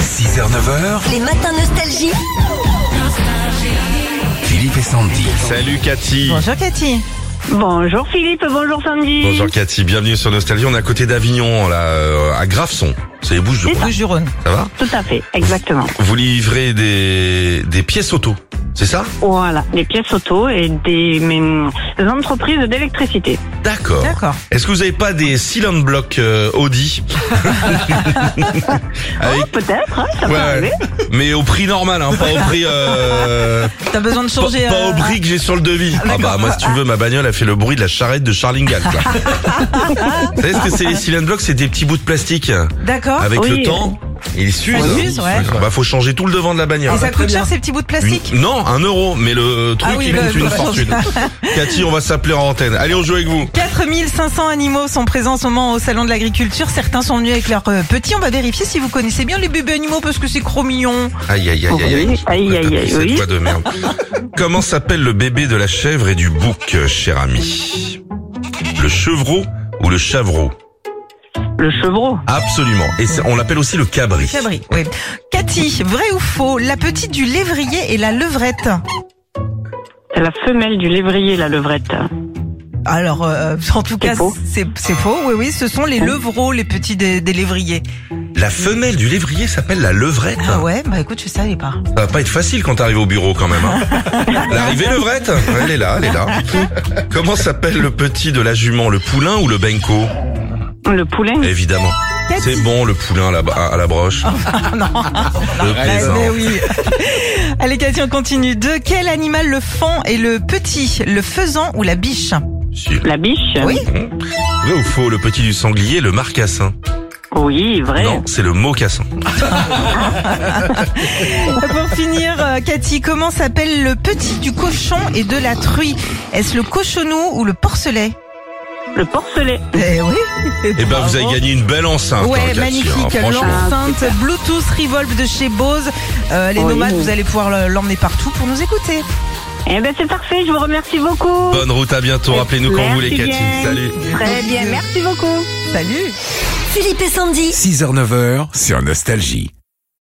6h, 9h, Les matins nostalgie. Philippe et Sandy. Salut Cathy. Bonjour Cathy. Bonjour Philippe, bonjour Sandy. Bonjour Cathy, bienvenue sur Nostalgie. On est à côté d'Avignon, là, euh, à Graveson. C'est les Bouches du Rhône. Rouge du Rhône. Ça va Tout à fait, exactement. Vous livrez des, des pièces auto, c'est ça Voilà, des pièces auto et des, mais, des entreprises d'électricité. D'accord. D'accord. Est-ce que vous n'avez pas des cylindres blocs euh, Audi Avec- Oh, peut-être, hein, ça peut Ouais, arriver. mais au prix normal, hein, pas au prix euh, T'as besoin de pas, changer. pas au euh, prix que j'ai sur le devis. Ah bah moi si tu veux ma bagnole a fait le bruit de la charrette de Charlingham. là. vous savez ce que c'est les cylindres blocs, c'est des petits bouts de plastique. D'accord. Avec Oui. le temps, il s'use. On s'use, ouais. Bah faut changer tout le devant de la bagnole. Et ça coûte cher ces petits bouts de plastique Une- Non, un euro, mais le truc Ah oui, il le- coûte une le- fortune. bah. Cathy, on va s'appeler en antenne. Allez, on joue avec vous. 4500 animaux sont présents en ce moment au salon de l'agriculture. Certains sont venus avec leurs euh, petits. On va vérifier si vous connaissez bien les bébés animaux parce que c'est trop mignon. Aïe aïe aïe aïe aïe. Oui, aïe, aïe, aïe, Cette oui. voix de merde. Comment s'appelle le bébé de la chèvre et du bouc, euh, cher ami Le chevreau ou le chavreau Le chevreau. Absolument. Et c'est- on l'appelle aussi le cabri. Cabri. Oui. Cathy, vrai ou faux La petite du lévrier et la levrette. C'est la femelle du lévrier, la levrette. Alors, euh, en tout cas, faux. c'est c'est faux. Oui, oui, ce sont les levreaux, les petits des, des lévriers. La femelle du lévrier s'appelle la levrette. Ah ouais, bah écoute, je savais pas. Ça va pas être facile quand t'arrives au bureau quand même. Hein. L'arrivée levrette Elle est là, elle est là. Comment s'appelle le petit de la jument Le poulain ou le benko Le poulet. Évidemment. C'est bon le poulain à la, à la broche. non. Le Ouais, plaisant. Ah, Bah, mais oui. Allez, Cathy, on continue. De quel animal le fan est le petit, le faisan ou la biche Si. La biche. Oui. Vrai ou faux, le petit du sanglier, le marcassin Oui, vrai. Non, c'est le mocassin. Pour finir, euh, Cathy, comment s'appelle le petit du cochon et de la truie Est-ce le cochonou ou le porcelet Le porcelet. Eh oui. Eh ben, vous avez gagné une belle enceinte. hein, Ouais, là-dessus, magnifique. hein, franchement. L'enceinte Bluetooth Revolve de chez Bose. Euh, les Oui. nomades, vous allez pouvoir le- l'emmener partout pour nous écouter. Eh ben, c'est parfait, je vous remercie beaucoup. Bonne route à bientôt. Rappelez-nous quand vous voulez, Merci Cathy. bien. Salut. Très bien, merci beaucoup. Salut. Philippe et Sandy. 6h, 9h sur Nostalgie.